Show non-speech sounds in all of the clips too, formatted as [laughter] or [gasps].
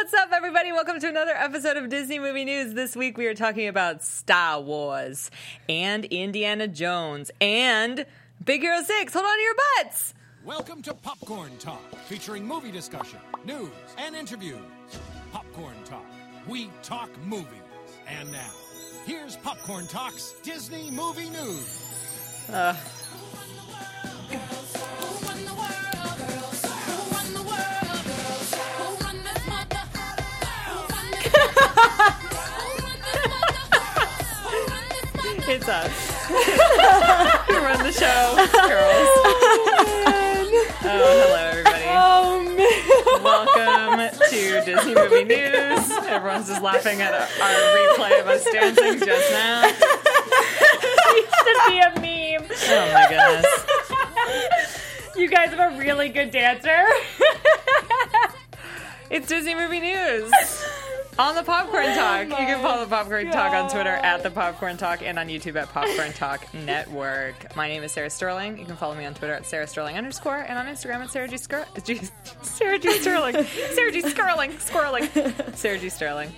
What's up, everybody? Welcome to another episode of Disney Movie News. This week we are talking about Star Wars and Indiana Jones and Big Hero 6. Hold on to your butts. Welcome to Popcorn Talk, featuring movie discussion, news, and interviews. Popcorn Talk, we talk movies. And now, here's Popcorn Talk's Disney Movie News. Who run the world, girls? Who run the world, girls? Who run this mother? Who run this mother? Who run this mother? Who run this mother? It's us. [laughs] We run the show, girls. [laughs] Oh, hello, everybody. oh, Welcome to Disney Movie News. Everyone's just laughing at our replay of us dancing just now. [laughs] should be a meme. Oh my goodness. You guys have a really good dancer. It's Disney Movie News on the Popcorn Talk. you can follow the Popcorn Talk on Twitter at the Popcorn Talk and on YouTube at Popcorn Talk Network. My name is Sarah Sterling. You can follow me on Twitter at Sarah Sterling underscore and on Instagram at Sarah G. Skir- [laughs] G- Sarah G. Sterling. Sarah G. Skirling. Squirreling. Sarah G. Sterling.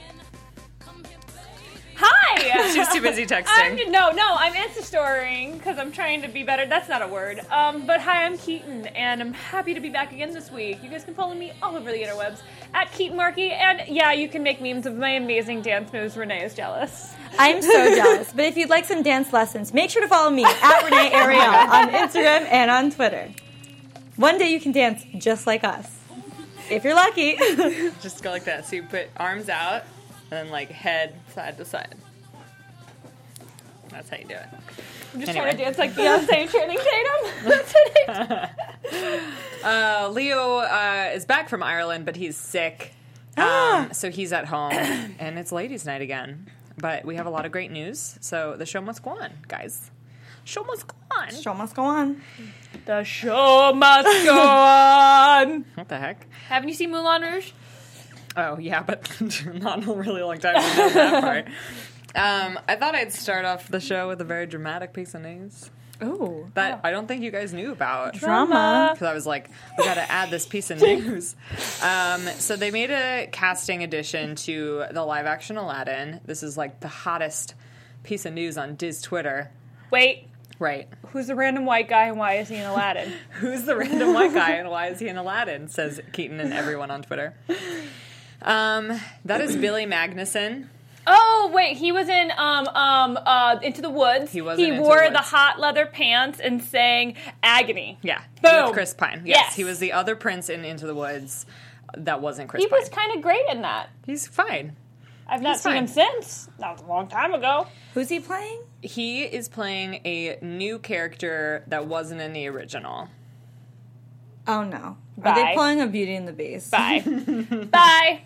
Hi. She's too busy texting. I'm no, no. I'm Insta storying because I'm trying to be better. That's not a word. Um, but hi, I'm Keaton, and I'm happy to be back again this week. You guys can follow me all over the interwebs at Keaton Markey, and yeah, you can make memes of my amazing dance moves. Renee is jealous. I'm so jealous. But if you'd like some dance lessons, make sure to follow me at Renee Ariel on Instagram and on Twitter. One day you can dance just like us. If you're lucky. Just go like that. So you put arms out and then like head side to side. That's how you do it. I'm just Anyway. trying to dance like Beyonce and [laughs] Channing Tatum. That's what I do. Uh, Leo uh, is back from Ireland, but he's sick. Um, so he's at home [coughs] and it's ladies' night again. But we have a lot of great news. So the show must go on, guys. Show must go on. Show must go on. The show must go on. What the heck? Haven't you seen Moulin Rouge? Oh yeah, but [laughs] not in a really long time. We know that part. Um, I thought I'd start off the show with a very dramatic piece of news Ooh. that I don't think you guys knew about. [laughs] Drama. because I was like, we got to add this piece of news. Um, so they made a casting addition to the live action Aladdin. This is like the hottest piece of news on Diz Twitter. Wait, Right. who's the random white guy and why is he in Aladdin? Who's the random white guy and why is he in Aladdin? Says Keaton and everyone on Twitter. Um, that is Billy Magnuson. oh wait, he was in um um uh Into the Woods. He was He in Into the wore the, Woods. hot leather pants and sang Agony. Yeah. Boom. With Chris Pine. Yes, Yes. He was the other prince in Into the Woods that wasn't Chris He Pine. was kind of great in that. He's fine. I've not He's seen fine. him since. That was a long time [laughs] ago. Who's he playing? He is playing a new character that wasn't in the original. Oh no. Are Bye. they playing a Beauty and the Beast? Bye. Bye.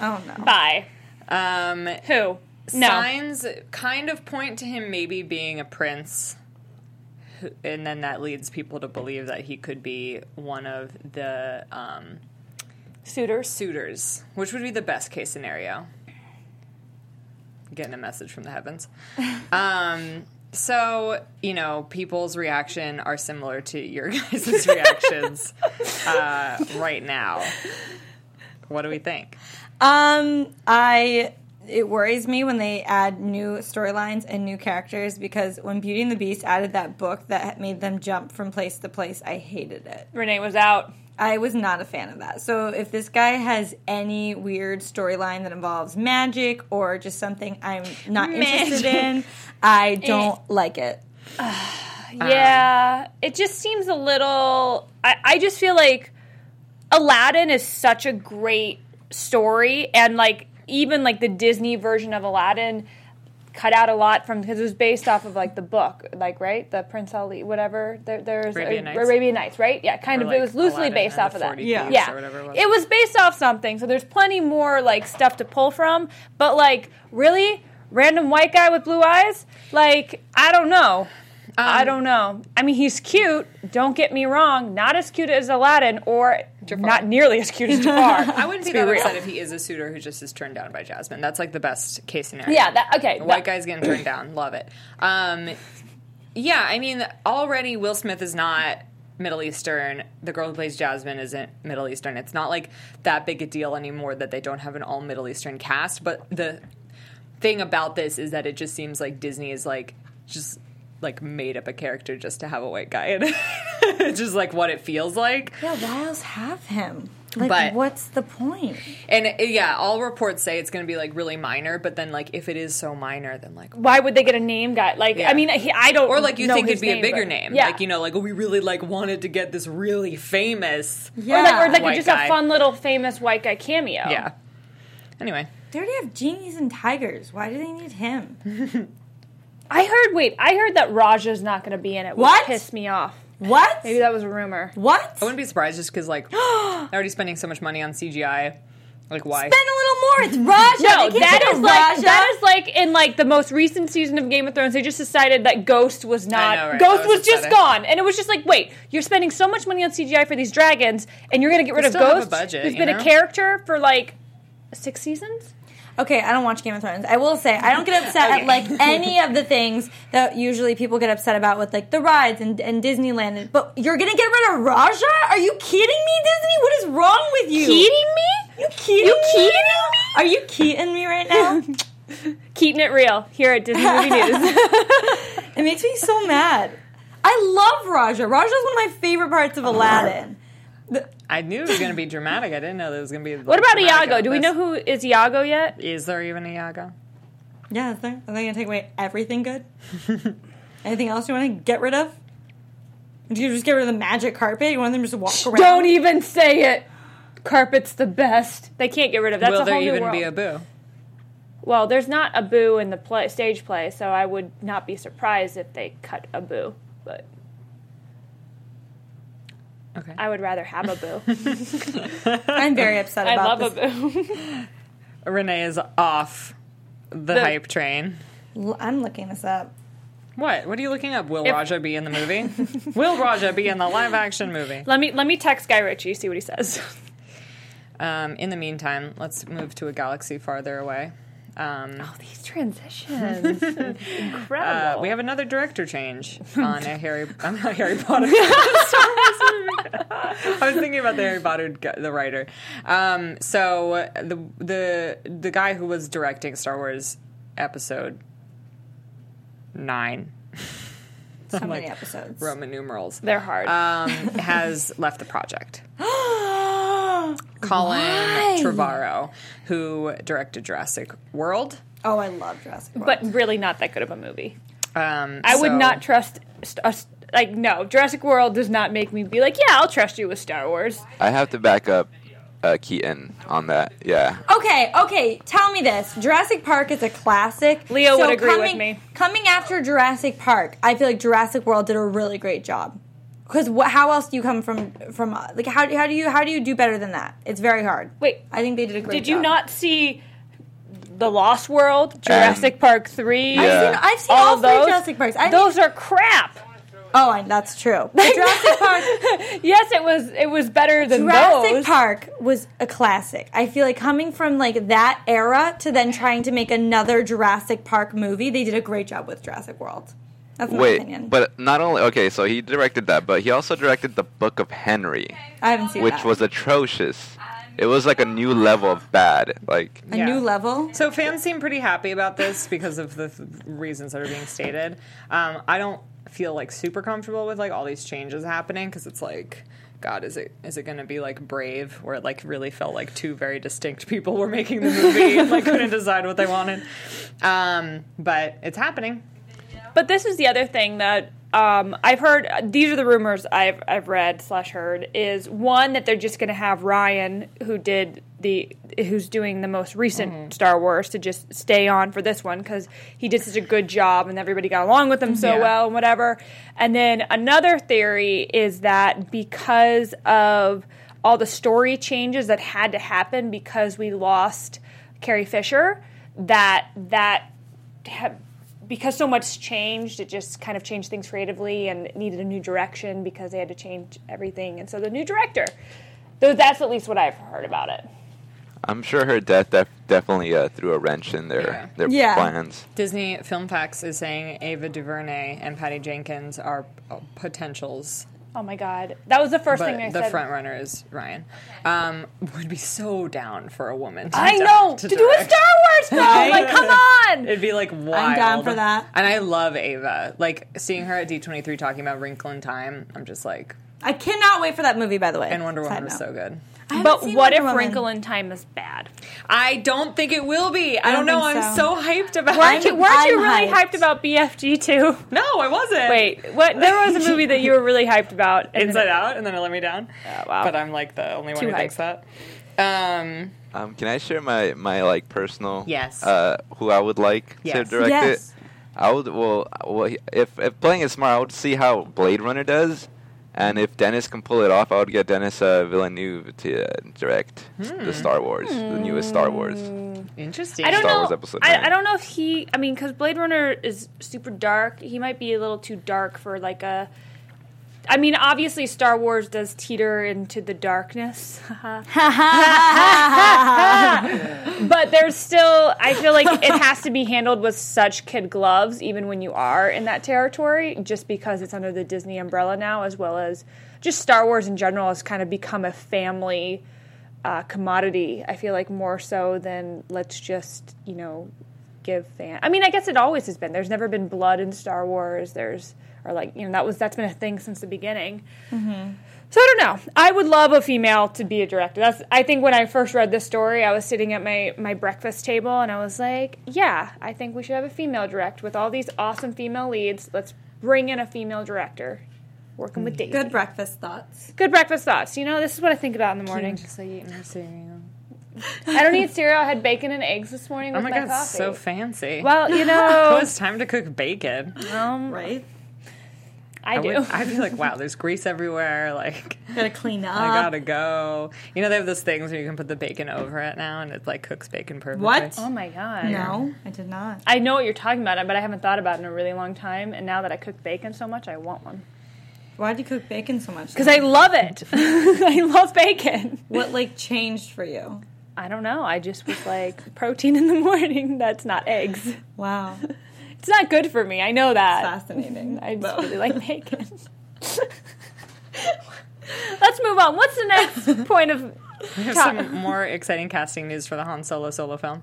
Oh no. Bye. Um, Who? No. Signs kind of point to him maybe being a prince. who- And then that leads people to believe that he could be one of the um, Suitors. suitors, which would be the best case scenario. Getting a message from the [laughs] heavens. Um, so, you know, people's reaction are similar to your [laughs] guys' reactions uh, right now. What do we think? Um, I it worries me when they add new storylines and new characters because when Beauty and the Beast added that book that made them jump from place to place, I hated it. Renee was out. I was not a fan of that. So if this guy has any weird storyline that involves magic or just something I'm not interested [laughs] in, I don't like it. Yeah, it just seems a little. I, I just feel like Aladdin is such a great story, and like even like the Disney version of Aladdin cut out a lot from because it was based off of like the book, like right, the Prince Ali, whatever. There, there's Arabian uh, Nights. Arabian Nights, right? Yeah, kind Or, of. like, it was loosely Aladdin based and off the of that. 40 Yeah. Thieves Yeah, or whatever it was. based off something, so there's plenty more like stuff to pull from. But like, really, random white guy with blue eyes? Like, I don't know. Um, I don't know. I mean, he's cute. Don't get me wrong. Not as cute as Aladdin, or not nearly as cute [laughs] as I Jafar. wouldn't be be that real. upset if he is a suitor who just is turned down by Jasmine. That's like the best case scenario. yeah. That, okay. A white that- guy's getting turned down. Love it. Um, yeah, I mean, already Will Smith is not Middle Eastern. The girl who plays Jasmine isn't Middle Eastern. It's not like that big a deal anymore that they don't have an all Middle Eastern cast. But the thing about this is that it just seems like Disney is like just like made up a character just to have a white guy in it. It's just like what it [laughs] feels like. Yeah, why else have him? Like, But- what's the point? And uh, yeah, all reports say it's going to be like really minor, but then like if it is so minor, then like Why would they get a name guy? Like, Yeah. I mean, he, I don't. or like you know think his it'd be a name, bigger but- name, Yeah. like you know, like we really like wanted to get this really famous. Yeah, or like, or like White just guy. a fun little famous white guy cameo. Yeah. Um, Anyway, they already have genies and tigers. Why do they need him? I heard. Wait, I heard that Raja's not going to be in it. Which What? pissed me off. What? Maybe that was a rumor. what? I wouldn't be surprised just because [gasps] like they're already spending so much money on CGI. Like why? Spend a little more. It's Raja. No, They can't that put is a like Raja. that is like in like the most recent season of Game of Thrones. They just decided that Ghost was not know, right? Ghost That was, was just upsetting. gone, and it was just like, wait, you're spending so much money on CGI for these dragons, and you're gonna get rid of still have a Ghost, budget, who's you been a know? character for like six seasons. Okay, I don't watch Game of Thrones. I will say I don't get upset at [laughs] like any of the things that usually people get upset about with like the rides and, and Disneyland. And, but you're gonna get rid of Raja? Are you kidding me, Disney? What is wrong with you? Keating me? You kidding You me? kidding right now? Are you kidding me right [laughs] now? Keeping it real here at Disney [laughs] Movie News. it makes me so mad. I love Raja. Raja is one of my favorite parts of Aladdin. I knew it was going to be dramatic. I didn't know there was going to be. Like, What about dramatic Iago? of Do we this. know who is Iago yet? Is there even a Iago? Yeah, is there? Are they gonna take away everything [laughs] good? Anything else you want to get rid of? Do you just get rid of the magic carpet? You want them just to walk around? Don't even say it. Carpet's the best. They can't get rid of. That's Will a whole there new even world. be a boo? Well, there's not a boo in the play, stage play, so I would not be surprised if they cut a boo. But Okay. I would rather have a [laughs] boo. I'm very upset I about love this. a boo. [laughs] Renee is off the, hype train. L- I'm looking this up. What? What are you looking up? Will Raja be in the movie? Will Raja be in the live action movie? let me let me text Guy Ritchie see what he says. [laughs] Um, in the meantime, let's move to a galaxy farther away. Um, Oh, these [laughs] transitions, uh, incredible. we have another director change on a Harry. I'm not Harry Potter. I was thinking about the Harry Potter, gu- the writer. Um, so uh, the the the guy who was directing Star Wars Episode Nine, So many episodes. [gasps] Roman numerals, They're hard. Uh, um, has left the project. Oh, Colin Trevorrow, who directed Jurassic World. oh, I love Jurassic World. but really not that good of a movie. Um, I would so- not trust st- us. Like no, Jurassic World does not make me be like, yeah, I'll trust you with Star Wars. I have to back up uh, Keaton on that. Yeah. okay, okay. Tell me this: Jurassic Park is a classic. Leo would agree with coming, me. Coming after Jurassic Park, I feel like Jurassic World did a really great job. Because wh- how else do you come from from uh, like how, do- how do you how do you do better than that? It's very hard. Wait. I think they did a great. Did you job. not see The Lost World, Jurassic Park 3? I've I've Yeah. seen, I've seen all, three Jurassic Parks. I those are crap. oh, I, [laughs] that's true. But Jurassic Park, Yes, it was it was better than Jurassic those. Park was a classic. I feel like coming from like that era to then trying to make another Jurassic Park movie, they did a great job with Jurassic World. That's my opinion. Wait, but not only okay. So he directed that, but he also directed the Book of Henry, I haven't seen which that. was atrocious. It was like a new level of bad. Like a Yeah. new level. So fans seem pretty happy about this because of the th- reasons that are being stated. Um, I don't feel like super comfortable with like all these changes happening because it's like, God, is it is it going to be like Brave where it like really felt like two very distinct people were making the [laughs] movie and like couldn't decide what they wanted. Um, but it's happening. But this is the other thing that um, I've heard. These are the rumors I've I've read slash heard. Is one that they're just going to have Ryan, who did the who's doing the most recent Star Wars, to just stay on for this one because he did such a good job and everybody got along with him so Yeah. well and whatever. And then another theory is that because of all the story changes that had to happen because we lost Carrie Fisher, that that have, because so much changed, it just kind of changed things creatively and it needed a new direction because they had to change everything. And so the new director. Though that's at least what I've heard about it. I'm sure her death def- definitely uh, threw a wrench in their their Yeah. plans. Disney Film Facts is saying Ava DuVernay and Patty Jenkins are uh, potentials Oh my god, that was the first but thing I the said. front runner is Ryan. Um, would be so down for a woman. To di- I know to, do a direct. Star Wars film. like, come on. It'd be like wild. down for that. And I love Ava. Like seeing her at D23 talking about Wrinkle in Time. I'm just like, I cannot wait for that movie, by the way. and Wonder Woman was is so good. But what if Wrinkle in Time is bad? I don't think it will be. I, don't don't, know. think I'm so. so hyped about Weren't you, I'm- weren't you I'm really hyped. hyped about BFG too? [laughs] [laughs] No, I wasn't. Wait, what? There was a movie that you were really hyped about. and Inside then- Out, and then it let me down. Oh, wow. But I'm like the only one Too who thinks that. Um, Um, can I share my my like personal? Yes. Uh, who I would like to Yes. direct Yes. it? I would. Well, well, if if playing it smart, I would see how Blade Runner does, and if Dennis can pull it off, I would get Dennis uh, Villeneuve to uh, direct Hmm. the Star Wars, the newest Star Wars. interesting. I don't Star know. Wars Episode I, nine. I don't know if he. I mean, because Blade Runner is super dark. He might be a little too dark for like a. I mean, obviously, Star Wars does teeter into the darkness. [laughs] but there's still. I feel like it has to be handled with such kid gloves, even when you are in that territory, just because it's under the Disney umbrella now, as well as just Star Wars in general has kind of become a family uh, commodity. I feel like more so than let's just you know give fan. I mean, I guess it always has been. There's never been blood in Star Wars. There's or like you know that was that's been a thing since the beginning. So I don't know. I would love a female to be a director. That's I think when I first read this story, I was sitting at my my breakfast table and I was like, yeah, I think we should have a female direct with all these awesome female leads. Let's bring in a female director. Working with Daisy. Good breakfast thoughts. Good breakfast thoughts. You know, this is what I think about in the morning. I don't eat cereal. I had bacon and eggs this morning Oh with my my, god, coffee. so fancy. Oh, well, you know, it's time to cook bacon. um, Right? I do. Would, I'd be like, wow, there's grease everywhere. Like, [laughs] Gotta clean up. Mm. I gotta go. You know, they have those things where you can put the bacon over it now, and it like cooks bacon perfectly. What? oh my god. No, I did not. I know what you're talking about, but I haven't thought about it in a really long time. And now that I cook bacon so much, I want one Why do you cook bacon so much? because I love it. [laughs] I love bacon. what like changed for you? I don't know. I just was like protein in the morning. That's not eggs. Wow, It's not good for me. I know that. fascinating. I just Well, really like bacon. [laughs] Let's move on. What's the [laughs] next point of We have some more exciting casting news for the Han Solo solo film.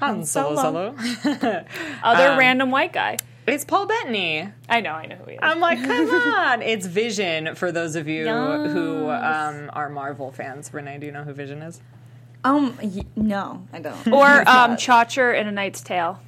Han Solo Solo. solo. [laughs] other um, random white guy? it's Paul Bettany. I know, I know who he is. I'm like, [laughs] come on! It's Vision for those of you who um, are Marvel fans. Renee, do you know who Vision is? um, y- no, I don't. Mm. or um, Chaucer in A Knight's Tale.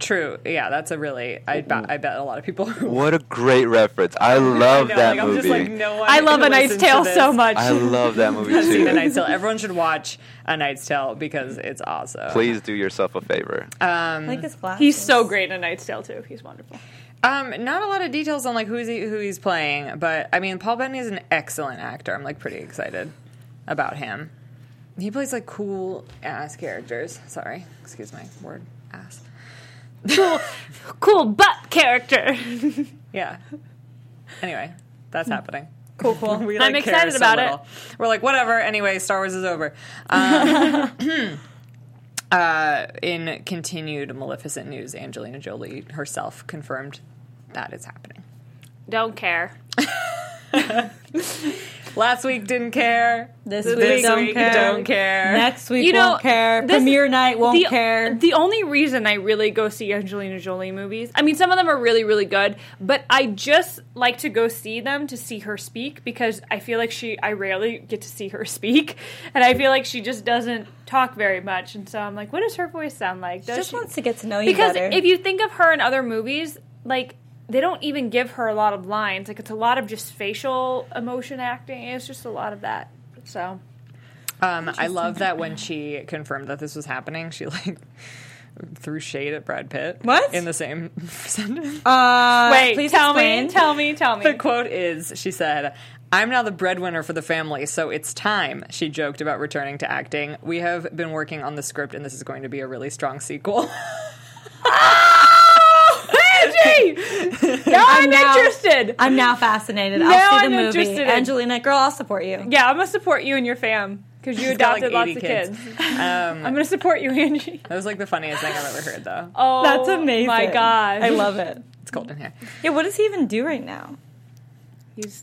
True. Yeah, that's a really. I bet. I bet a lot of people. [laughs] What a great reference! I love No, that like, I'm movie. just like, no one I love who A Knight's listens to Tale this so much. I [laughs] love that movie has [laughs] seen A too. Knight's Tale. Everyone should watch A Knight's Tale because it's awesome. Please do yourself a favor. I like his glasses. He's so great in A Knight's Tale too. [laughs] He's wonderful. Um, not a lot of details on like who's he, who he's playing, but I mean, Paul Bettany is an excellent actor. I'm like pretty excited about him. He plays like cool ass characters. Sorry, excuse my word, ass. Cool butt character. Yeah. Anyway, that's happening. Cool, cool. [laughs] We, I'm like, care excited so about it. little. We're like, whatever. Anyway, Star Wars is [laughs] over. Um, [clears throat] uh, in continued Maleficent news, Angelina Jolie herself confirmed that it's happening. Don't care. Last week didn't care. This, This week, don't week care. don't care. Next week You know, won't care. this- Premiere night won't the, care. The only reason I really go see Angelina Jolie movies, I mean, some of them are really, really good, but I just like to go see them to see her speak because I feel like she, I rarely get to see her [laughs] speak, and I feel like she just doesn't talk very much, and so I'm like, what does her voice sound like? She Does just she- wants to get to know you because better. if you think of her in other movies, like they don't even give her a lot of lines. Like it's a lot of just facial emotion acting. It's just a lot of that. So Um, I love that when she confirmed that this was happening, she like [laughs] threw shade at Brad Pitt. What? In the same [laughs] sentence. uh, wait, please tell explain. me, tell me, tell me. The quote is She said, I'm now the breadwinner for the family, so it's time, she joked about returning to acting. We have been working on the script, and this is going to be a really strong sequel. [laughs] [laughs] now I'm, now- interested. I'm now fascinated. Now I'll see I'm the movie. interested in- Angelina, girl, I'll support you. yeah, I'm gonna support you and your fam because you got, like, adopted 80 lots of kids. I'm gonna support you, [laughs] Angie. That was like the funniest thing I've ever heard, [laughs] though. Oh, That's amazing. My God, I love it. It's cold in here. Yeah, what does he even do right now? He's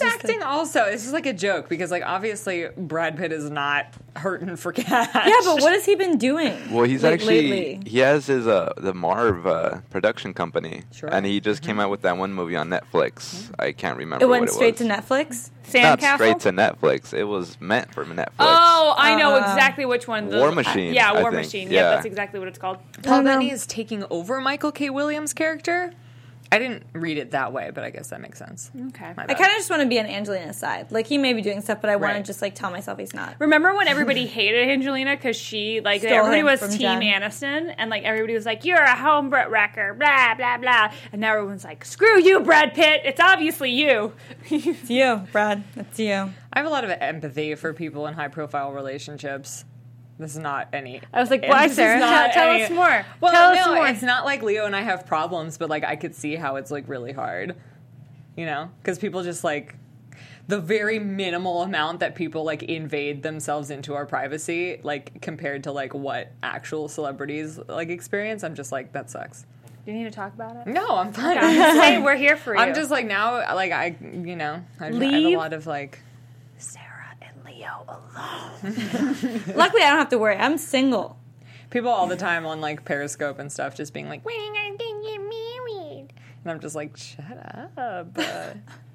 he's just acting also. This is like a joke because like obviously Brad Pitt is not hurting for cash. [laughs] Yeah, but what has he been doing? Well, he's like, actually lately? he has his uh the Marv uh, production company, Sure. and he just came out with that one movie on Netflix. I can't remember. Mm-hmm. It went what straight it to was. Netflix. Not Sandcastle. straight to Netflix. It was meant for Netflix. Oh, I know Uh-huh. exactly which one. War Machine, yeah, I War think. Machine. Yeah. Yeah. that's exactly what it's called. Paul don't know. Bettany is taking over Michael K. Williams' character. I didn't read it that way, but I guess that makes sense. Okay. My I bad. kind of just want to be on Angelina's side. Like he may be doing stuff, but I want to Right. just like tell myself he's not. Remember when everybody [laughs] hated Angelina because she like Stole everybody him was from Team Jen. Aniston and like everybody was like you're a home Brit wrecker blah blah blah and now everyone's like screw you Brad Pitt it's obviously you [laughs] It's you, Brad. It's you. I have a lot of empathy for people in high profile relationships. This is not any. [laughs] I was like, why, this is Sarah? not Tell- tell any- us more. Well, Tell us no, more. it's not like Leo and I have problems, but like I could see how it's like really hard, you know, because people just like the very minimal amount that people like invade themselves into our privacy, like compared to like what actual celebrities like experience. I'm just like that sucks. do you need to talk about it No, [laughs] I'm fine. I'm just saying we're here for you I'm just like now, like I, you know, I, I have a Leave. lot of like. Sarah and Leo alone Luckily, I don't have to worry. I'm single. people all the time on like Periscope and stuff just being like, when are you gonna get married? And I'm just like, shut up. uh,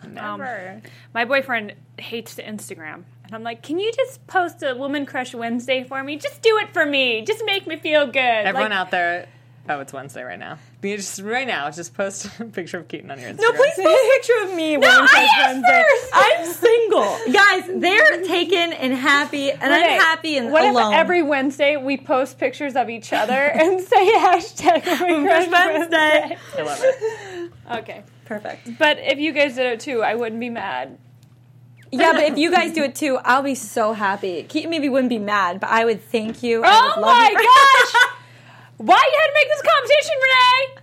never. um, my boyfriend hates Instagram and I'm like can you just post a woman crush Wednesday for me just do it for me just make me feel good Everyone [laughs] Like, out there, oh, it's Wednesday right now. You just right now, just post [laughs] a picture of Keaton on your Instagram. No, please post a picture of me. No, I asked first. I'm [laughs] single, guys. They're taken and happy, and Renee, I'm happy and what alone. If every Wednesday we post pictures of each other and [laughs] say hashtag Women Crush Wednesday. I love it. [laughs] Okay. Perfect. But if you guys did it too, I wouldn't be mad. Yeah, but if you guys do it too, I'll be so happy. Keaton maybe wouldn't be mad, but I would thank you. I Oh would love my you for- [laughs] gosh! Why you had to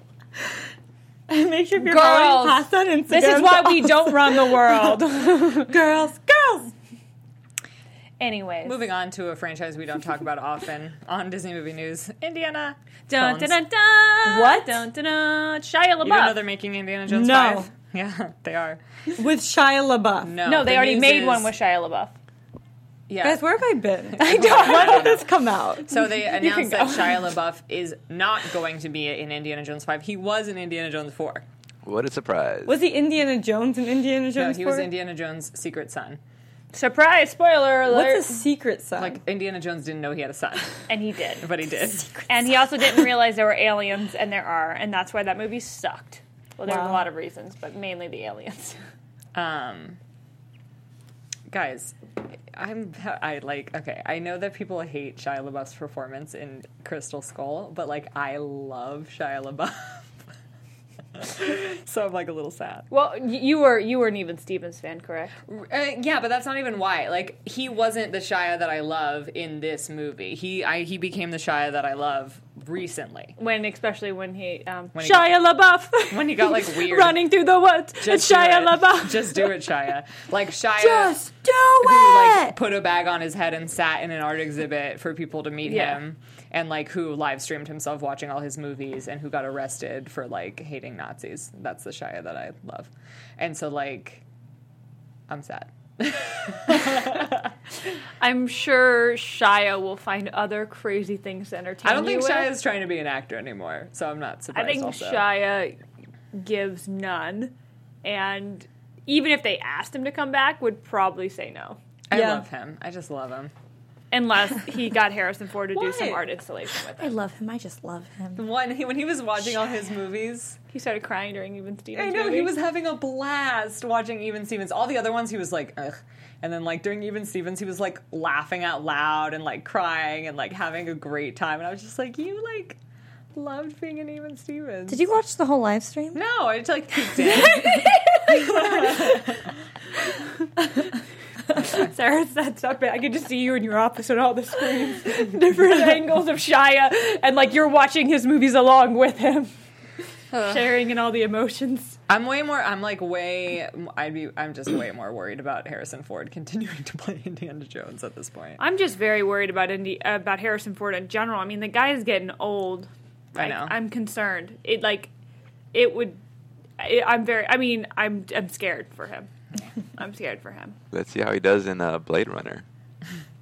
make this competition, Renee? Make sure you're Girls, following past on Instagram. This is why we [laughs] don't run the world. girls, girls. [laughs] Anyways. Moving on to a franchise we don't talk about often on Disney Movie News, Indiana. Dun, Jones. dun, dun, dun. What? Dun, dun, dun. Shia LaBeouf. You don't know they're making Indiana Jones No. 5? [laughs] Yeah, they are. With Shia LaBeouf. No, no, they the already news made is- one with Shia LaBeouf. Yeah. Guys, where have I been? [laughs] I don't. When did this come out? So [laughs] they announced that go. Shia LaBeouf is not going to be in Indiana Jones 5. He was in Indiana Jones 4. What a surprise! Was he Indiana Jones in Indiana No, Jones? he was 4? Indiana Jones' secret son. Surprise, spoiler alert. What's a secret son? Like Indiana Jones didn't know he had a [laughs] son, and he did. but he did. And he also didn't realize there were aliens, and there are, and that's why that movie sucked. Well, there's a Wow. lot of reasons, but mainly the aliens. [laughs] Um, guys, I'm I like okay. I know that people hate Shia LaBeouf's performance in Crystal Skull, but like I love Shia LaBeouf. [laughs] so I'm like a little sad. Well, y- you were you were an Even Stevens fan, correct? Uh, yeah, but that's not even why. Like he wasn't the Shia that I love in this movie. He I he became the Shia that I love recently. When especially when he um, When he Shia LaBeouf [laughs] When he got, like, weird. running through the woods. it's do [laughs] Shia it. LaBeouf. Just do it, Shia. Like Shia Just do who [laughs] like it. put a bag on his head and sat in an art exhibit for people to meet Yeah. him and like who live streamed himself watching all his movies and who got arrested for like hating Nazis. That's the Shia that I love. And so like I'm sad. I'm sure Shia will find other crazy things to entertain. I don't think you Shia with. is trying to be an actor anymore, so I'm not surprised. I think also. Shia gives none, and even if they asked him to come back, would probably say no. I Yeah. love him. I just love him. Unless he [laughs] got Harrison Ford to do some Why? art installation with I him. love him. I just love him. One he, when he was watching all his movies, He started crying during Even Stevens. I know movie. he was having a blast watching Even Stevens. All the other ones, he was like, ugh. And then like during Even Stevens, he was like laughing out loud and like crying and like having a great time. And I was just like, you like loved being an Even Stevens. Did you watch the whole live stream? Oh, No, I just like peeked in. [laughs] Sarah sets up it. I could just see you in your office on all the screens, different [laughs] angles of Shia, and like you're watching his movies along with him, sharing in all the emotions. I'm way more. I'm like way. I'd be. I'm just way more worried about Harrison Ford continuing [laughs] to play Indiana Jones at this point. I'm just very worried about Indy, about Harrison Ford in general. I mean, the guy's getting old. I know. [laughs] I'm concerned. It like, it would. It, I'm very. I mean, I'm I'm scared for him. I'm scared for him. Let's see how he does in uh, Blade Runner.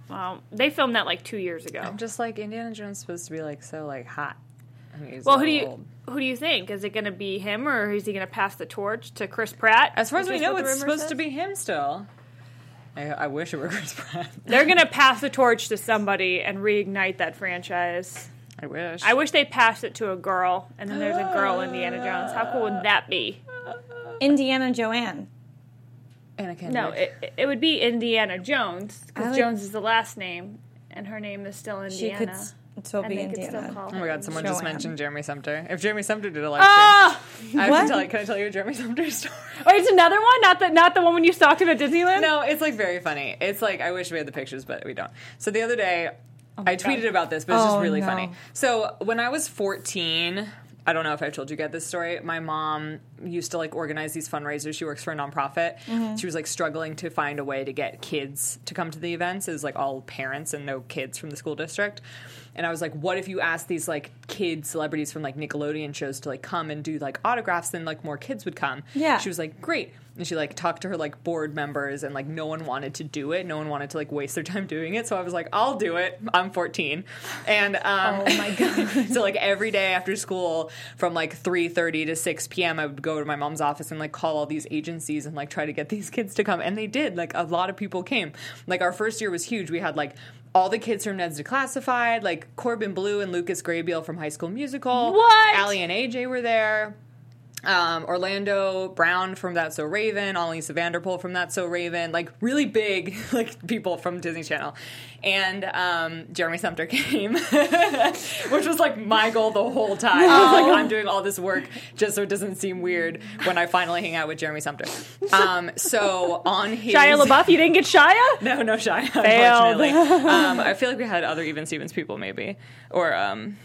Well, Um, they filmed that like two years ago. I'm just like Indiana Jones is supposed to be like so like hot. I mean, he's Well, a who do little you old. who do you think? Is it going to be him, or is he going to pass the torch to Chris Pratt? As far as Which we is know, what the it's rumor supposed to says? be him still. I, I wish it were Chris Pratt. They're going to pass the torch to somebody and reignite that franchise. [laughs] I wish. I wish they passed it to a girl, and then there's a girl Indiana Jones. How cool would that be? Indiana Joanne. Anakin. No, it, it would be Indiana Jones I because would- Jones is the last name, and her name is still She could Indiana. s- still and be they could Indiana. still call Oh my her god! Someone just Joanne. mentioned Jeremy Sumter. If Jeremy Sumter did a live Ah! stream, I have What? to tell. Can I tell you a Jeremy Sumter [laughs] story? Oh, it's another one, not the not the one when you stalked him at Disneyland. No, it's like very funny. It's like I wish we had the pictures, but we don't. So the other day, I tweeted about this, but it's Oh, just really no. funny. So when I was 14, I don't know if I've told you guys this story. My mom used to like organize these fundraisers. She works for a nonprofit. Mm-hmm. She was like struggling to find a way to get kids to come to the events. It was like all parents and no kids from the school district. And I was like, what if you asked these like kid celebrities from like Nickelodeon shows to like come and do like autographs? Then like more kids would come. Yeah. She was like, great. And she like talked to her like board members and like no one wanted to do it. No one wanted to like waste their [laughs] time doing it. So I was like, I'll do it. I'm 14. And um Oh [laughs] my god. [laughs] so like every day after school from like 3:30 to 6 p.m. I would go to my mom's office and like call all these agencies and like try to get [laughs] these kids to come and they did like a lot of people came like our first year was huge we had like all the kids from Ned's Declassified like Corbin Blue and Lucas Grabeel from High School Musical What? Allie and AJ were there um, Orlando Brown from That So Raven, Annalisa Vanderpool from That So Raven, like really big [laughs] like people from Disney Channel, and um, Jeremy Sumter [laughs] came, which was like my goal the whole time. I was like, I'm doing all this work just so it doesn't seem weird when I finally hang out with Jeremy Sumter. Um, so on his Shia LaBeouf, you didn't get [laughs] Shia. no, no, shy. Failed. Unfortunately, [laughs] um, I feel like we had other even Stevens people, maybe, or um,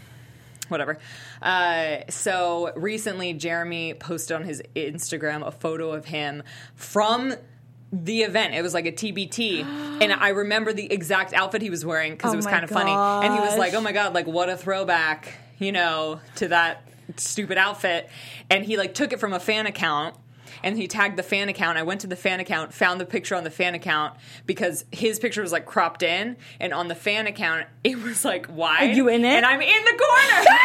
whatever. Uh, so recently, Jeremy posted on his Instagram a photo of him from the event. It was like a [gasps] TBT, and I remember the exact outfit he was wearing because Oh it was my kind of funny. And he was like, gosh. "Oh my god, like what a throwback, you know, to that stupid outfit." And he like took it from a fan account and he tagged the fan account. I went to the fan account, found the picture on the fan account because his picture was like cropped in, and on the fan account [laughs] it was like wide. you in it? And I'm in the corner.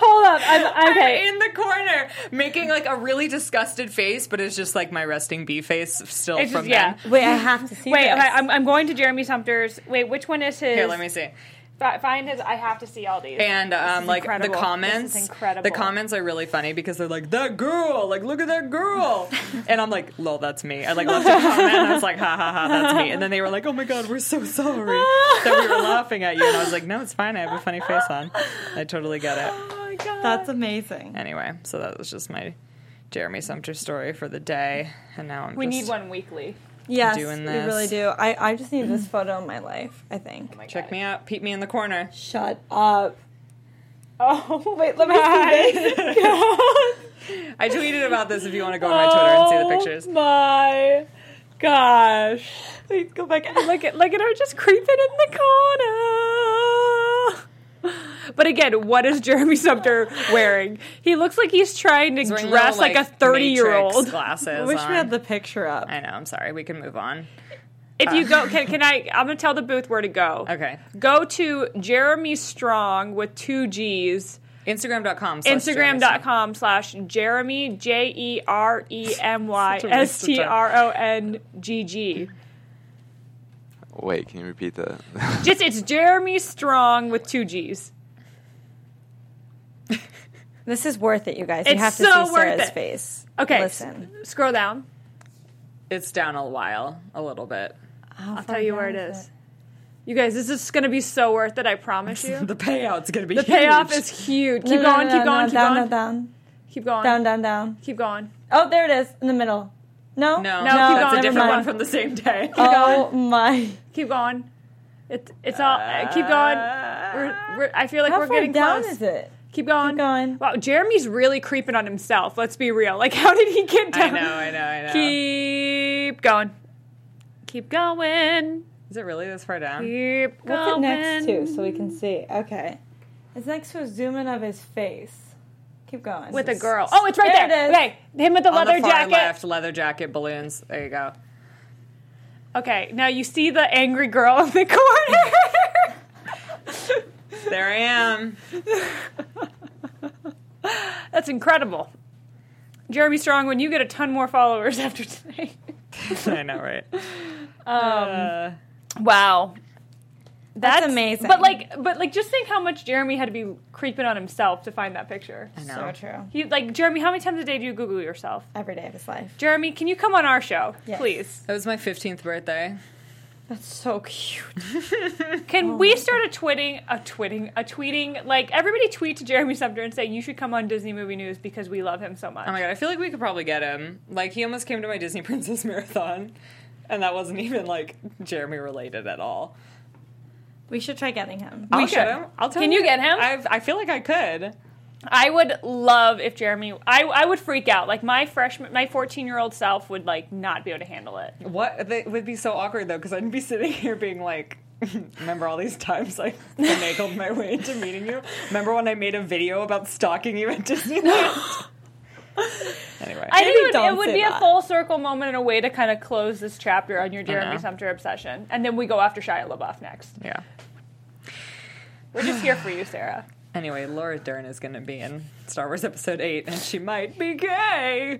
Hold up, [laughs] I'm [laughs] okay. in the corner, making like a really disgusted face, but it's just like my resting bee face still It's from just- yeah. then. Wait, I have to see Wait, this. okay, I'm, I'm going to Jeremy Sumter's. Wait, which one is his? Here, let me see. Fi- Find his. I have to see all these. and um, like incredible. the This is comments incredible. the comments are really funny because they're like that girl like look at that [laughs] girl and i'm like lol that's me i like left a comment and i was like ha ha ha that's me and then they were like oh my god we're so sorry that we were laughing at you and i was like no it's fine i have a funny face on i totally get it oh my god. That's amazing. anyway so that was just my jeremy sumter story for the day and now i'm we just need one weekly. [laughs] Yes, doing we really this. Oh do. I, I just need this photo in my life, I think. check me out peep me in the corner Shut up. Oh wait, let me see this. i tweeted about this if you want to go on my twitter and see the pictures Oh my gosh. Please go back. [laughs] Look at look at her just creeping in the corner. But again, what is Jeremy Sumter wearing? He looks like he's trying to He's wearing dress little, like, a thirty-year-old. Matrix glasses I [laughs] wish on. we had the picture up. i know i'm sorry we can move on If you [laughs] go, can, can I? I'm gonna tell the booth where to go. okay Go to Jeremy Strong with two G's. Instagram.com. slash Jeremy Sumter. Instagram.com slash Jeremy J E R E M Y Such a S waste of time. T R O N G G. Wait, can you repeat the? [laughs] Just it's Jeremy Strong with two G's. This is worth it, you guys. you It's have to so see worth Sarah's it. face. Okay. Listen. Scroll down. It's down a while, a little bit. I'll tell you where it is. You guys, this is gonna be so worth it, I promise you. [laughs] The payout's gonna be The payoff is huge. Keep going, keep going, keep down, going. down, Keep going. down, down, down, down. Keep going. Oh, there it is in the middle. no, No, keep no, that's a going, keep different going. one from the same day. Oh my! Keep going. It, it's all uh, keep going. We're, we're, I feel like How we're far getting down close. is it? Keep going. going. Wow, Jeremy's really creeping on himself. Let's be real. Like, [laughs] how did he get [laughs] I down? know, I know, I know. Keep going. Keep going. Is it really this far down? Keep going. What's it next to so we can see? Okay, it's next to a zoom in of his face. Keep going. with a girl. Oh, it's right there. There it is. Okay, him with the On leather the far jacket. left, leather jacket, balloons. There you go. Okay, now you see the angry girl in the [laughs] corner. There I am. [laughs] That's incredible. Jeremy Strong, when you get a ton more followers [laughs] after today. I know, right? Uh, Wow. That's amazing. But like but like just think how much Jeremy had to be creeping on himself to find that picture. I know. so true. He like Jeremy, how many times a day do you Google yourself? Every day of his life. Jeremy, can you come on our show? Yes. Please. That was my 15th birthday. That's so cute. Can we start a twitting a twitting a tweeting like everybody tweet to Jeremy Sumter and say you should come on Disney Movie News because we love him so much. Oh my god, I feel like we could probably get him. Like he almost came to my Disney [laughs] Princess marathon, and that wasn't even like Jeremy related at all. We should try getting him. I'll should. get him. I'll tell Can you get him? I've, I feel like I could. I would love if Jeremy. I, I would freak out. Like my freshman, my fourteen year old self would like not be able to handle it. What that would be so awkward though, because I'd be sitting here being like. [laughs] Remember all these times I finagled my way into meeting you? Remember when I made a video about stalking you at Disneyland? anyway, I think Maybe it would, don't it would say be a that. full circle moment and a way to kind of close this chapter on your Jeremy Uh-huh. know. Sumter obsession, and then we go after Shia LaBeouf next. yeah. We're just here for you, Sarah. Anyway, Laura Dern is going to be in Star Wars Episode 8, and she might be gay.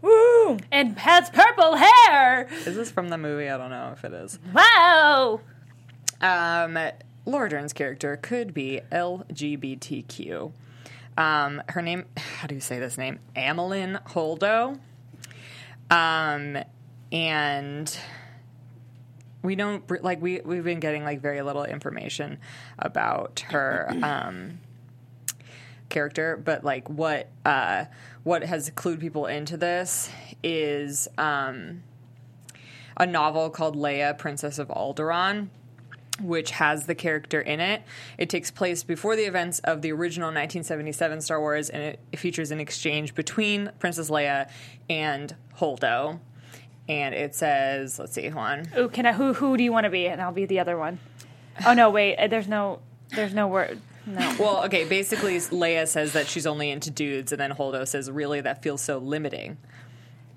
Woo! And has purple hair. Is this from the movie? I don't know if it is. Wow. Um, Laura Dern's character could be LGBTQ. Um, her name, [laughs] how do you say this name? Amelin Holdo. Um, and we don't br- like we we've been getting like very little information about her um, character, but like what uh, what has clued people into this is um, a novel called Leia, Princess of Alderaan which has the character in it. It takes place before the events of the original 1977 Star Wars, and it features an exchange between Princess Leia and Holdo. And it says, let's see, hold on. Ooh, can I? Who who do you want to be? And I'll be the other one. Oh no, wait. uh, There's no. There's no word. No. Well, okay, basically, Leia says that she's only into dudes, and then Holdo says, really, that feels so limiting.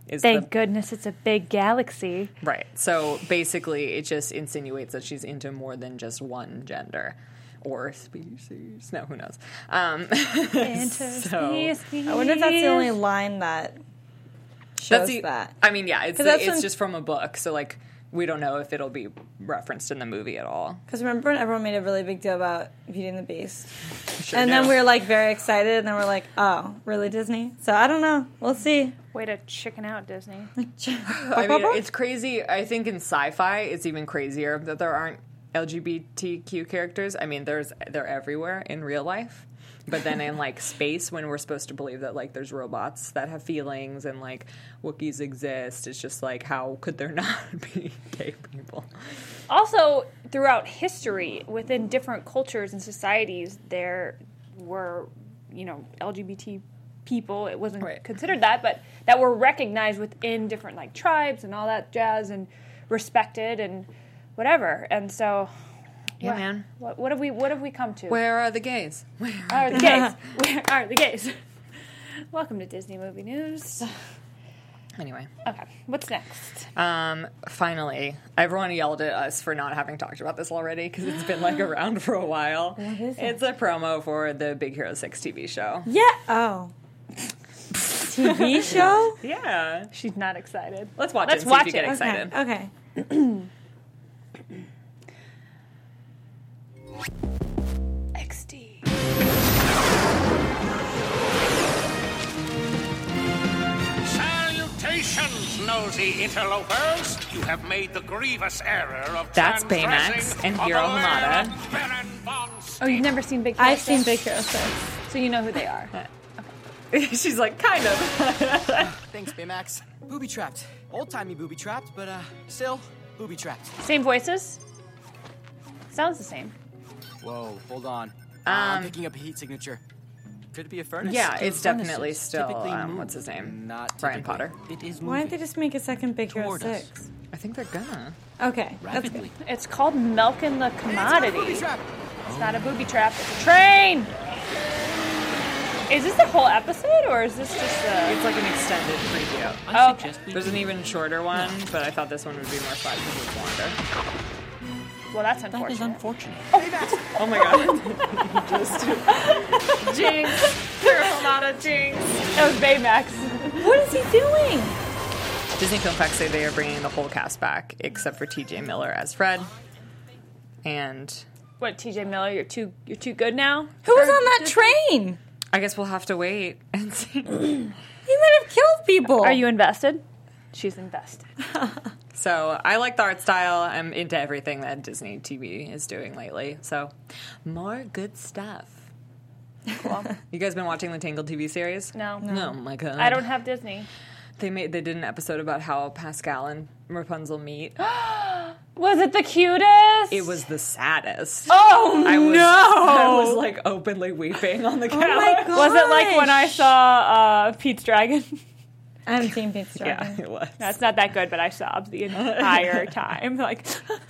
Is Thank the- goodness it's a big galaxy. Right. So basically, it just insinuates that she's into more than just one gender or species. No, who knows? Um, so, I wonder if that's the only line that shows That's the, that. I mean, yeah, it's 'Cause that's it's when- just from a book, so like we don't know if it'll be referenced in the movie at all. Because remember when everyone made a really big deal about Beauty and the Beast? Sure and then do. we were like very excited, and then we're like, oh, really Disney? So I don't know. We'll see. Way to chicken out, Disney. I mean, it's crazy. I think in sci-fi, it's even crazier that there aren't LGBTQ characters. I mean, there's they're everywhere in real life, but then in like space, when we're supposed to believe that like there's robots that have feelings and like Wookiees exist, it's just like how could there [laughs] not be gay people? also throughout history within different cultures and societies there were you know lgbt people it wasn't Right. considered that but that were recognized within different like tribes and all that jazz and respected and whatever and so Yeah, what, man. what, what have we what have we come to Where are the gays? Where are [laughs] the gays where are the gays [laughs] welcome to disney movie news anyway? okay what's next Um, finally, everyone yelled at us for not having talked about this already because it's been like around for a while. It's a promo for the Big Hero 6 TV show. Yeah. Oh. TV show? Yeah. she's not excited Let's watch Let's it and watch see if you it. get excited. Okay. okay. xd Salutations, nosy interlopers! You have made the grievous error of That's transgressing Baymax and on Hero the lair Hamada. of Baron von St- oh you've never seen big I've Hero seen Six? Big Hero 6. so you know who they are [laughs] She's like, kind of. Thanks, Baymax. Booby trapped. Old timey booby trapped, but uh, still booby trapped. Same voices? Sounds the same. Whoa, hold on. Um, Uh, I'm picking up a heat signature. Could it be a furnace? Yeah, it's Furnaces definitely still, typically um, move, what's his name? Not Brian typically. Potter. It is moving. Why don't they just make a second Big Hero Toward us. 6? I think they're gonna. Okay. That's good. rapidly? It's called milking the It's got a commodity. booby trap. It's not a booby trap, it's a train! Is this the whole episode or is this just the? It's like an extended preview. Oh, okay. There's an even shorter one, but I thought this one would be more fun because it's longer. Well, that's unfortunate. unfortunate. Oh my god. Just [laughs] jinx. There's a lot of jinx. that was Baymax. What is he [laughs] doing? Disney Film Facts say they are bringing the whole cast back except for TJ Miller as Fred. And What, T.J. Miller? You're too. You're too good now. Who was on that train? I guess we'll have to wait and [laughs] see. He might have killed people. Are you invested? She's invested. So I like the art style. I'm into everything that Disney TV is doing lately. So more good stuff. [laughs] you guys been watching the Tangled TV series? No. No, oh my god. I don't have Disney. They made they did an episode about how Pascal and Rapunzel [gasps] meet. Was it the cutest? It was the saddest. Oh I was, no! [laughs] Oh I was like openly weeping on the couch. [laughs] my Was it like when I gosh. saw uh, Pete's Dragon? [laughs] I haven't seen Pete's Dragon. Yeah, it was. That's not that good, but I sobbed the entire time. Like, [laughs] and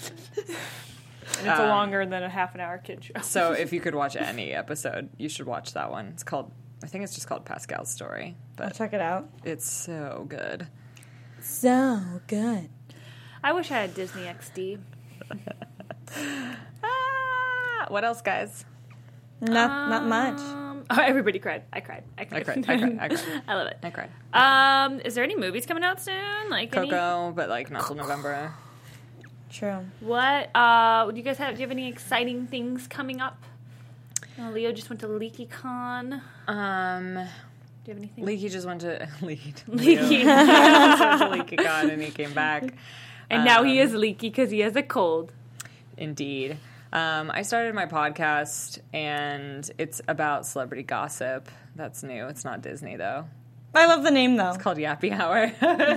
it's a longer than a half an hour kid show. So if you could watch any episode, you should watch that one. It's called I think it's just called Pascal's Story, I'll but check it out. it's so good. So good. I wish I had Disney [laughs] XD. Ah, what else, guys? Not not much. Um, oh, everybody cried. I cried. I cried. I cried. I cried. I cried. [laughs] I love it. I cried. Um, is there any movies coming out soon? Like Any, Coco, but like not till November. True. what? Uh, do you guys have? Do you have any exciting things coming up? Uh, Leo just went to LeakyCon. Do Um, you have anything? [laughs] Leaky just went to [laughs] lead. [laughs] Leaky. Leaky gone and he came back. and now he is leaky because he has a cold. Indeed. Um, I started my podcast and it's about celebrity gossip. That's new. It's not Disney though. I love the name though. It's called Yappy Hour. [laughs]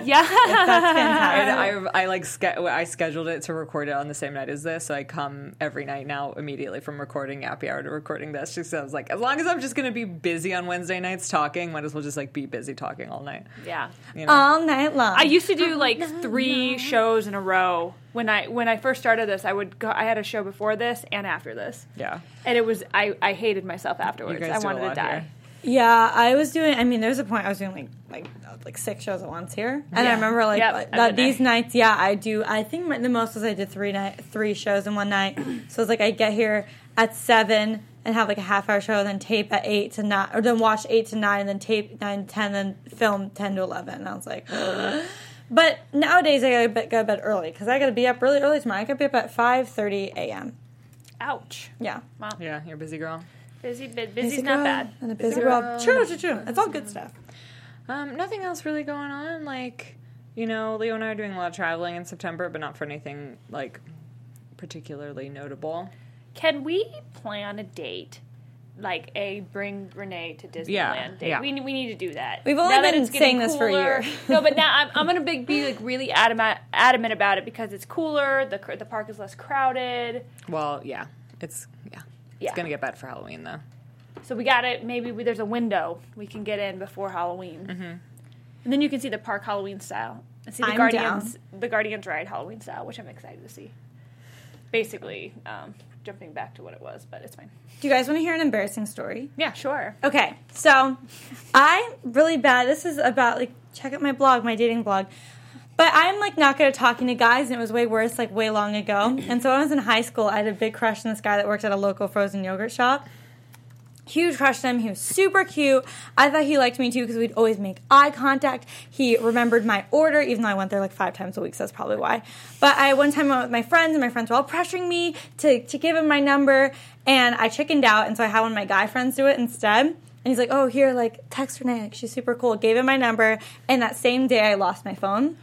Yeah. That's fantastic. And I, I like ske- I scheduled it to record it on the same night as this, so I come every night now immediately from recording happy hour to recording this. Just 'cause I was like, as long as I'm just going to be busy on Wednesday nights talking, might as well just like be busy talking all night. yeah. You know, [laughs] All night long. I used to do like three shows in a row. When I when I first started this, I would go. I had a show before this and after this, yeah, and it was I, I hated myself afterwards. guys I do a wanted to lot die. here. yeah, I was doing. I mean, there was a point I was doing like like like six shows at once here, and I remember like Yep, like, I've that been these there. nights. Yeah, I do. I think my, the most was I did three night three shows in [clears throat] one night. so it's like I get here at seven and have like a half hour show, then tape at eight to nine, or then watch eight to nine, then tape nine to ten, then film ten to eleven. And I was like. [gasps] But nowadays I gotta be- go to bed early because I gotta be up really early tomorrow. I gotta be up at five thirty a.m. Ouch. Yeah, Wow. yeah, you're a busy girl. Busy, bu- busy's not girl bad. And a busy girl. True, true, true. It's all good stuff. Um, nothing else really going on. Like, you know, Leo and I are doing a lot of traveling in September, but not for anything like particularly notable. Can we plan a date? Like a bring Renee to Disneyland Yeah, date. yeah. We, we need to do that. We've only Now that been it's getting saying this for a cooler- year. no, but now I'm, I'm gonna be, be like really adamant adamant about it because it's cooler. The cr- the park is less crowded. Well, yeah, it's yeah, Yeah. it's gonna get bad for Halloween though. So we got it. Maybe we, there's a window we can get in before Halloween, Mm-hmm. and then you can see the park Halloween style and see the I'm Guardians the Guardians ride Halloween style, which I'm excited to see. Basically, um, jumping back to what it was, but it's fine. Do you guys want to hear an embarrassing story? Yeah, sure. Okay, so I'm really bad. This is about like check out my blog, my dating blog. But I'm like not good at talking to guys, and it was way worse like way long ago. And so when I was in high school, I had a big crush on this guy that worked at a local frozen yogurt shop. Huge crush on him. He was super cute. I thought he liked me too because we'd always make eye contact. He remembered my order, even though I went there like five times a week, so that's probably why. But I one time went with my friends, and my friends were all pressuring me to, to give him my number, and I chickened out, and so I had one of my guy friends do it instead. And he's like, oh, here, like, text Renee. Like, she's super cool. Gave him my number, and that same day I lost my phone.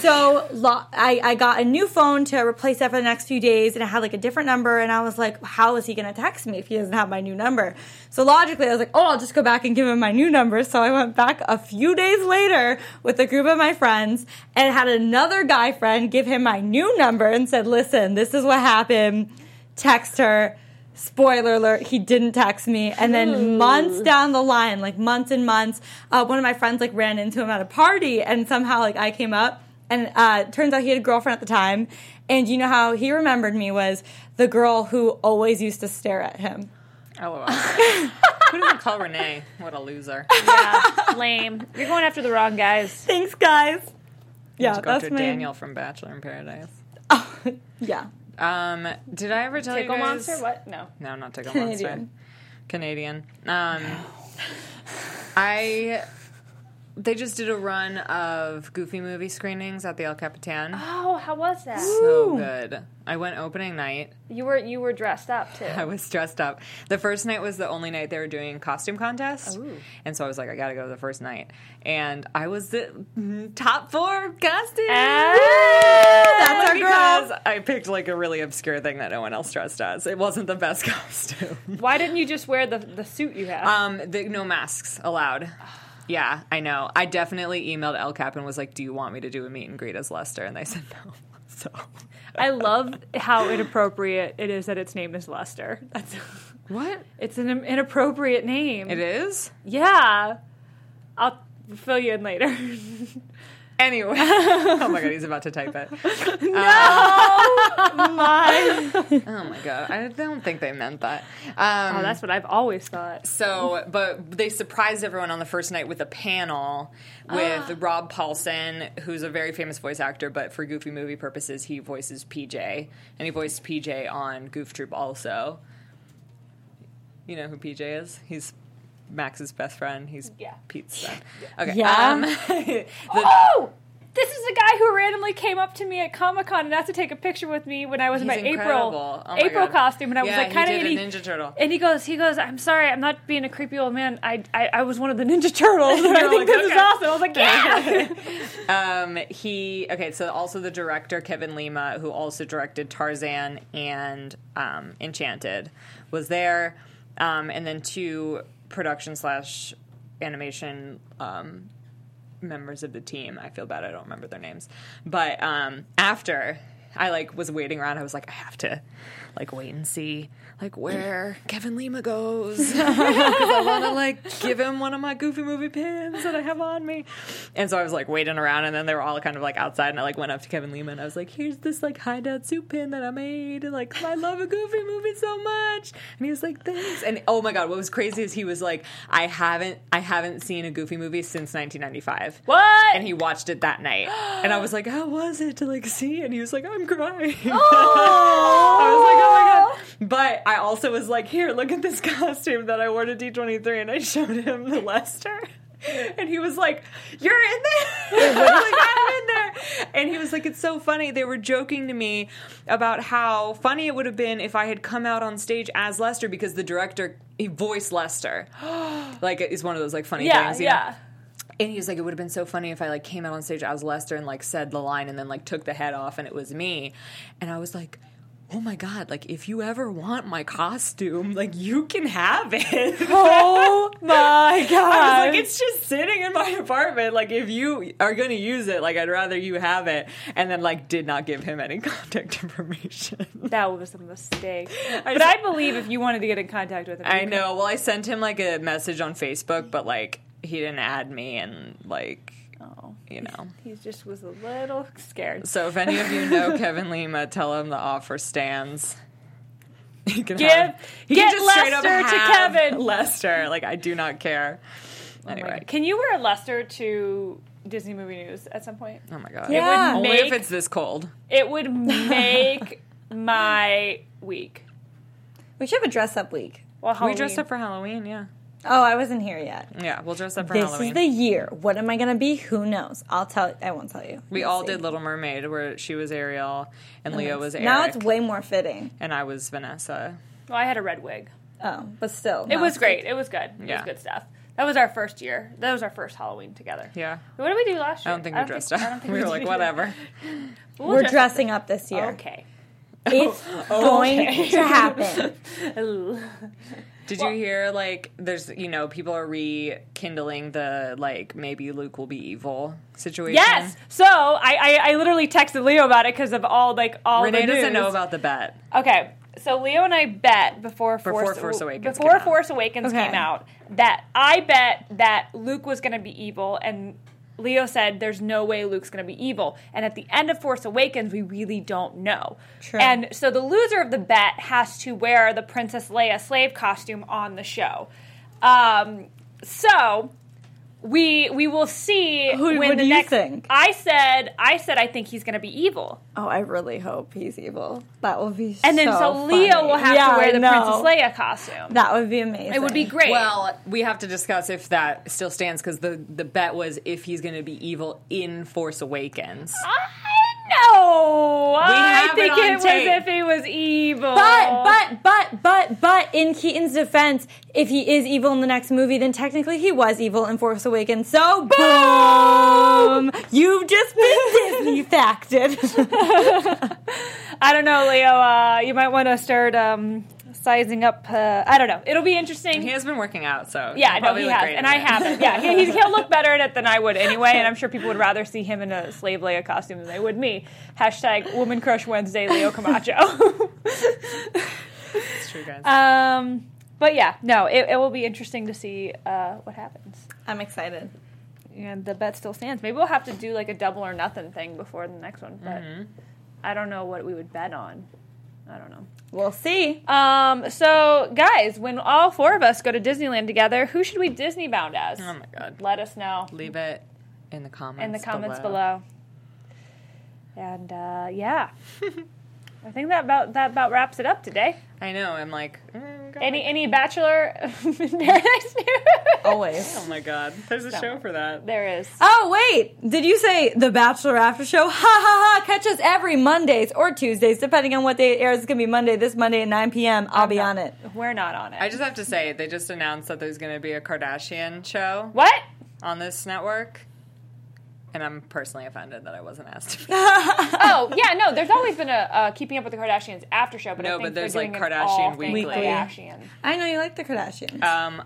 So lo- I, I got a new phone to replace that for the next few days, and it had like a different number. And I was like, how is he going to text me if he doesn't have my new number? So logically, I was like, oh, I'll just go back and give him my new number. So I went back a few days later with a group of my friends and had another guy friend give him my new number and said, listen, this is what happened. Text her. Spoiler alert, he didn't text me. And then months down the line, like months and months, uh, one of my friends like ran into him at a party and somehow like I came up and uh, it turns out he had a girlfriend at the time. And you know how he Oh, remembered me was the girl who always used to stare at him. [laughs] LOL. Who did we call Renee? What a [laughs] loser. [laughs] Yeah, lame. You're going after the [laughs] wrong guys. Thanks, guys. Yeah, to go after that's my Daniel from Bachelor in Paradise. [laughs] Yeah. Um, did I ever tell Tickle you guys? monster? What? No. No, not Tickle Monster. Canadian. Canadian. Um, I. They just did a run of Goofy movie screenings at the El Capitan. Oh, how was that? So good. I went opening night. You were you were dressed up too. I was dressed up. The first night was the only night they were doing costume contest, and so I was like, I gotta go the first night, and I was the mm, top four costume. Ah. That's our Only girl. because I picked like a really obscure thing that no one else dressed as. It wasn't the best [laughs] costume. Why didn't you just wear the, the suit you Uh, have? Um, the, no masks allowed. Yeah, I know. I definitely emailed El Cap and was like, "Do you want me to do a meet and greet as Lester?" And they [laughs] said no. So I love how inappropriate it is that its name is Lester. That's [laughs] what it's an inappropriate name. it is? Yeah, I'll fill you in later. [laughs] [laughs] Anyway, oh my god, he's about to type it. [laughs] Oh My, Oh my god, I don't think they meant that. Um, oh, that's what I've always thought. so, but they surprised everyone on the first night with a panel with Ah. Rob Paulson, who's a very famous voice actor, but for Goofy movie purposes, he voices PJ, and he voiced PJ on Goof Troop also. You know who PJ is? He's Max's best friend. He's Pete's son. Okay. Yeah. um, [laughs] the- oh, this is the guy who randomly came up to me at Comic Con and asked to take a picture with me when I was in my He's April incredible. Oh my April God. costume, and I Yeah, was like, he kind did a of Ninja Turtle. And he goes, he goes, I'm sorry, I'm not being a creepy old man. I I, I was one of the [laughs] Ninja Turtles. And I You're think like, this is okay. awesome. I was like, [laughs] yeah. Um, he okay. So also the director Kevin Lima, who also directed Tarzan and um, Enchanted, was there, um, and then two production slash animation um, members of the team. I feel bad. I don't remember their names, but um, after. I like was waiting around. I was like, I have to, like, wait and see, like, where Kevin Lima goes. I want to like give him one of my Goofy movie pins that I have on me. And so I was like waiting around, and then they were all kind of like outside, and I like went up to Kevin Lima and I was like, "Here's this like hideout soup pin that I made, and like I love a Goofy movie so much." And he was like, "Thanks." And oh my god, what was crazy is he was like, "I haven't, I haven't seen a Goofy movie since 1995." What? And he watched it that night, and I was like, "How was it to like see?" And he was like, "I'm crying." [laughs] I was like, oh my god. But I also was like, here, look at this [laughs] costume that I wore to D23, and I showed him the Lester. And he was like, You're in there. [laughs] I was like, I'm in there. And he was like, It's so funny. They were joking to me about how funny it would have been if I had come out on stage as Lester because the director, he voiced Lester. [gasps] like, it's one of those like funny yeah, things. you know? yeah. and he was like, it would have been so funny if I like came out on stage as Lester and like said the line and then like took the head off and it was me. And I was like, oh my God, like if you ever want my costume, like you can have it. [laughs] Oh my [laughs] god. I was like, it's just sitting in my apartment. Like if you are going to use it, like I'd rather you have it. And then like did not give him any [laughs] contact information. That was a mistake. [laughs] I but I believe if you wanted to get in contact with him, I you know. Well, I sent him like a message on Facebook, but like he didn't add me and like, you know. could. He just was a little scared. So if any of you know Kevin Lima, tell him the offer stands. [laughs] He can Give- have, um, he get can just straight up Lester to have Kevin. Lester, like I do not care. Oh Anyway, Can you wear a Lester to Disney movie news at some point? oh my god, Yeah. only if make- it's this cold. It [laughs] would make my week. we should have a dress up week. Well, Halloween. We dressed up for Halloween, yeah, Oh, I wasn't here yet. yeah. We'll dress up for this Halloween. is the year. What am I gonna be? Who knows? I'll tell. I won't tell you. we You'll all see. did Little Mermaid, where she was Ariel and Leo was Eric, Now it's way more fitting. and I was Vanessa. Well, I had a red wig. Oh, but still, It was great. It was good. It Yeah. was good stuff. That was our first year. That was our first Halloween together. Yeah, What did we do last I year? don't think we dressed I don't up. think [laughs] we were did like either. whatever. We'll We're dress dressing up this year. Okay. [laughs] [laughs] It's going to happen. Did you hear like there's you know people are rekindling the like maybe Luke will be evil situation? Yes. So I, I, I literally texted Leo about it because of all like all Renee the news. doesn't know about the bet. Okay, so Leo and I bet before Before Force, Force Awakens before came out. Force Awakens Okay. came out that I bet that Luke was going to be evil, and Leo said there's no way Luke's going to be evil. And at the end of Force Awakens, we really don't know. True. And so the loser of the bet has to wear the Princess Leia slave costume on the show. Um, so we we will see Who- when what the do you next. think? I said I said I think he's going to be evil, Oh, I really hope he's evil. That will be and then so, Leo funny. will have Yeah, to wear the no. Princess Leia costume. That would be amazing. it would be great. Well, we have to discuss if that still stands because the, the bet was if he's going to be evil in Force Awakens. Oh. I know. I have it think on it, was tape. if he was evil. But but but but but in Keaton's defense, if he is evil in the next movie, then technically he was evil in Force Awakens. [laughs] So boom, you've just been Disney [laughs] facted. I don't know, Leo. Uh, you might want to start um, sizing up. Uh, I don't know. It'll be interesting. He has been working out, so yeah, he'll no, probably he look has, great and in I it. haven't. Yeah, he, he's- [laughs] he'll look better in it than I would anyway, and I'm sure people would rather see him in a slave Leia costume than they would me. Hashtag Woman Crush Wednesday, Leo Camacho. [laughs] It's true, guys. um, but yeah, no, it, it will be interesting to see uh, what happens. I'm excited. and the bet still stands. Maybe we'll have to do like a double or nothing thing before the next one, but Mm-hmm. I don't know what we would bet on. I don't know. We'll see. Um, so guys, when all four of us go to Disneyland together, who should we Disney bound as? oh my god. Let us know Leave it in the comments. in the comments below. And uh, yeah. I think that about that about wraps it up today. I know. I'm like, mm, God. Any any bachelor [laughs] in paradise news? Always. oh my god. There's a show for that. There is. Oh wait, did you say the Bachelor After Show? Ha ha ha! Catch us every Mondays or Tuesdays, depending on what day it airs. It's gonna be Monday this Monday at 9 p.m. I'll be on it. We're not on it. I just have to say, they just announced that there's going to be a Kardashian show [laughs] what? on this network, and I'm personally offended that I wasn't asked. [laughs] Oh yeah, no. There's always been a uh, Keeping Up with the Kardashians after show, but I No, think but there's, they're like, doing an Kardashian all thing Weekly. Kardashian. I know you like the Kardashians. um,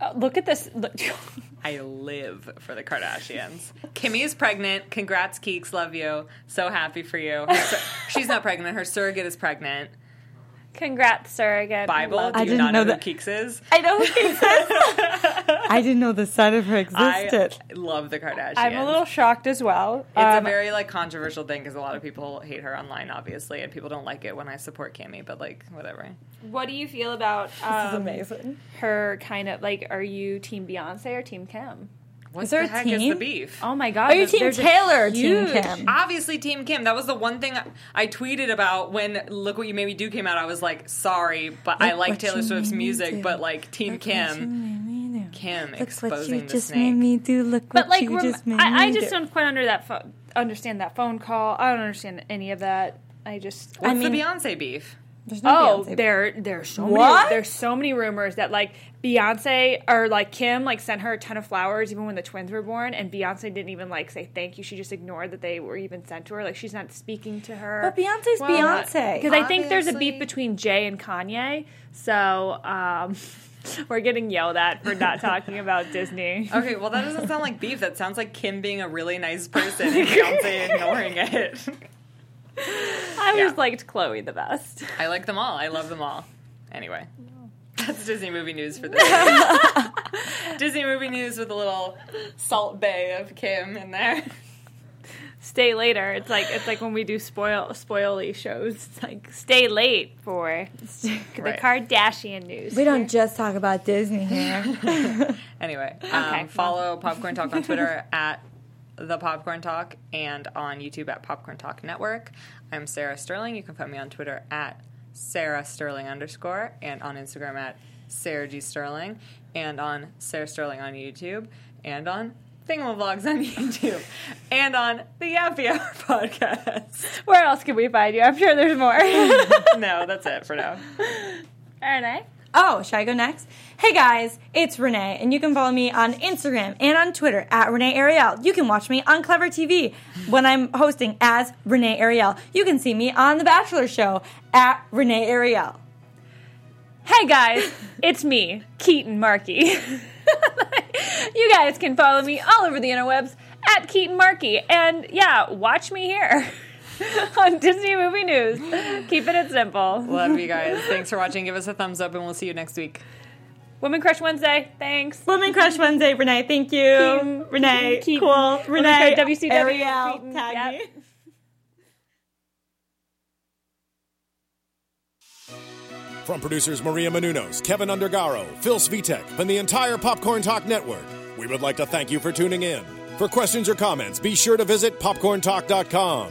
Uh, look at this. Look. [laughs] I live for the Kardashians. Kimmy is pregnant. Congrats, Keeks. Love you. So happy for you. Her sur- she's not pregnant. Her surrogate is pregnant. Congrats, surrogate. Bible, do Love- you didn't not know know, that. who Keeks is? I [laughs] don't think [laughs] I didn't know the side of her I existed. love the Kardashians. I'm a little shocked as well. It's Um, a very like controversial thing because a lot of people hate her online, obviously, and people don't like it when I support Kimmy. But like, whatever. what do you feel about This is um, amazing. her? Kind of like, are you Team Beyonce or Team Kim? What there the a heck is team? the beef? Oh my God! Are you there's- Team there's a Taylor or Team huge- Kim? Obviously, Team Kim. That was the one thing I tweeted about when "Look What You Made Me Do" came out. I was like, "Sorry, but I Look like what Taylor you Swift's made me music, do. but like Team Kim, Kim Look what exposing you the just snake." made me do. Look what But like, you rem- just made me I, I just do. don't quite under that pho- understand that phone call. I don't understand any of that. I just What's mean- the Beyonce beef? There's Oh, no Beyonce. there there's so What? many there's so many rumors that like Beyonce or like Kim like sent her a ton of flowers even when the twins were born and Beyonce didn't even like say thank you. She just ignored that they were even sent to her. Like she's not speaking to her. But Beyonce's Beyonce. Because I think there's a beef Obviously. between Jay and Kanye. So um [laughs] we're getting yelled at for not talking about [laughs] Disney. Okay, well that doesn't sound like beef. That sounds like Kim being a really nice person and Beyonce ignoring it. I yeah. always liked Chloe the best. [laughs] I like them all. I love them all. Anyway, that's Disney movie news for this. Disney movie news with a little salt bay of Kim in there. Stay later. It's like it's like when we do spoil spoily shows. It's like stay late [laughs] for the Right. Kardashian news. we don't just talk about Disney here. Anyway, um, Okay. follow Popcorn Talk on Twitter at the Popcorn Talk and on YouTube at Popcorn Talk Network. I'm Sarah Sterling. You can find me on Twitter at Sarah Sterling underscore and on Instagram at Sarah G Sterling and on Sarah Sterling on YouTube and on Thingamavlogs on [laughs] YouTube and on the Happy Hour [laughs] podcast. [laughs] Where else can we find you? I'm sure there's [laughs] more. no, that's it for now. Renee? Oh, should I go next? Hey guys, it's Renee, and you can follow me on Instagram and on Twitter at Renee Ariel. You can watch me on Clever TV when I'm hosting as Renee Ariel. You can see me on The Bachelor Show at Renee Ariel. Hey guys, it's me, Keaton Markey. [laughs] you guys can follow me all over the interwebs at Keaton Markey. And yeah, watch me here [laughs] on Disney Movie News. Keeping it simple. Love you guys. Thanks for watching. Give us a thumbs up and we'll see you next week. Women Crush Wednesday, thanks. Woman Crush Wednesday, Renee. Thank you, Keaton. Renee. Keaton. Cool, Woman Renee. Crush WCW. Ariel. Keaton. Tag Yep. me. From producers Maria Menunos, Kevin Undergaro, Phil Svitek, and the entire Popcorn Talk Network, we would like to thank you for tuning in. For questions or comments, be sure to visit popcorntalk.com.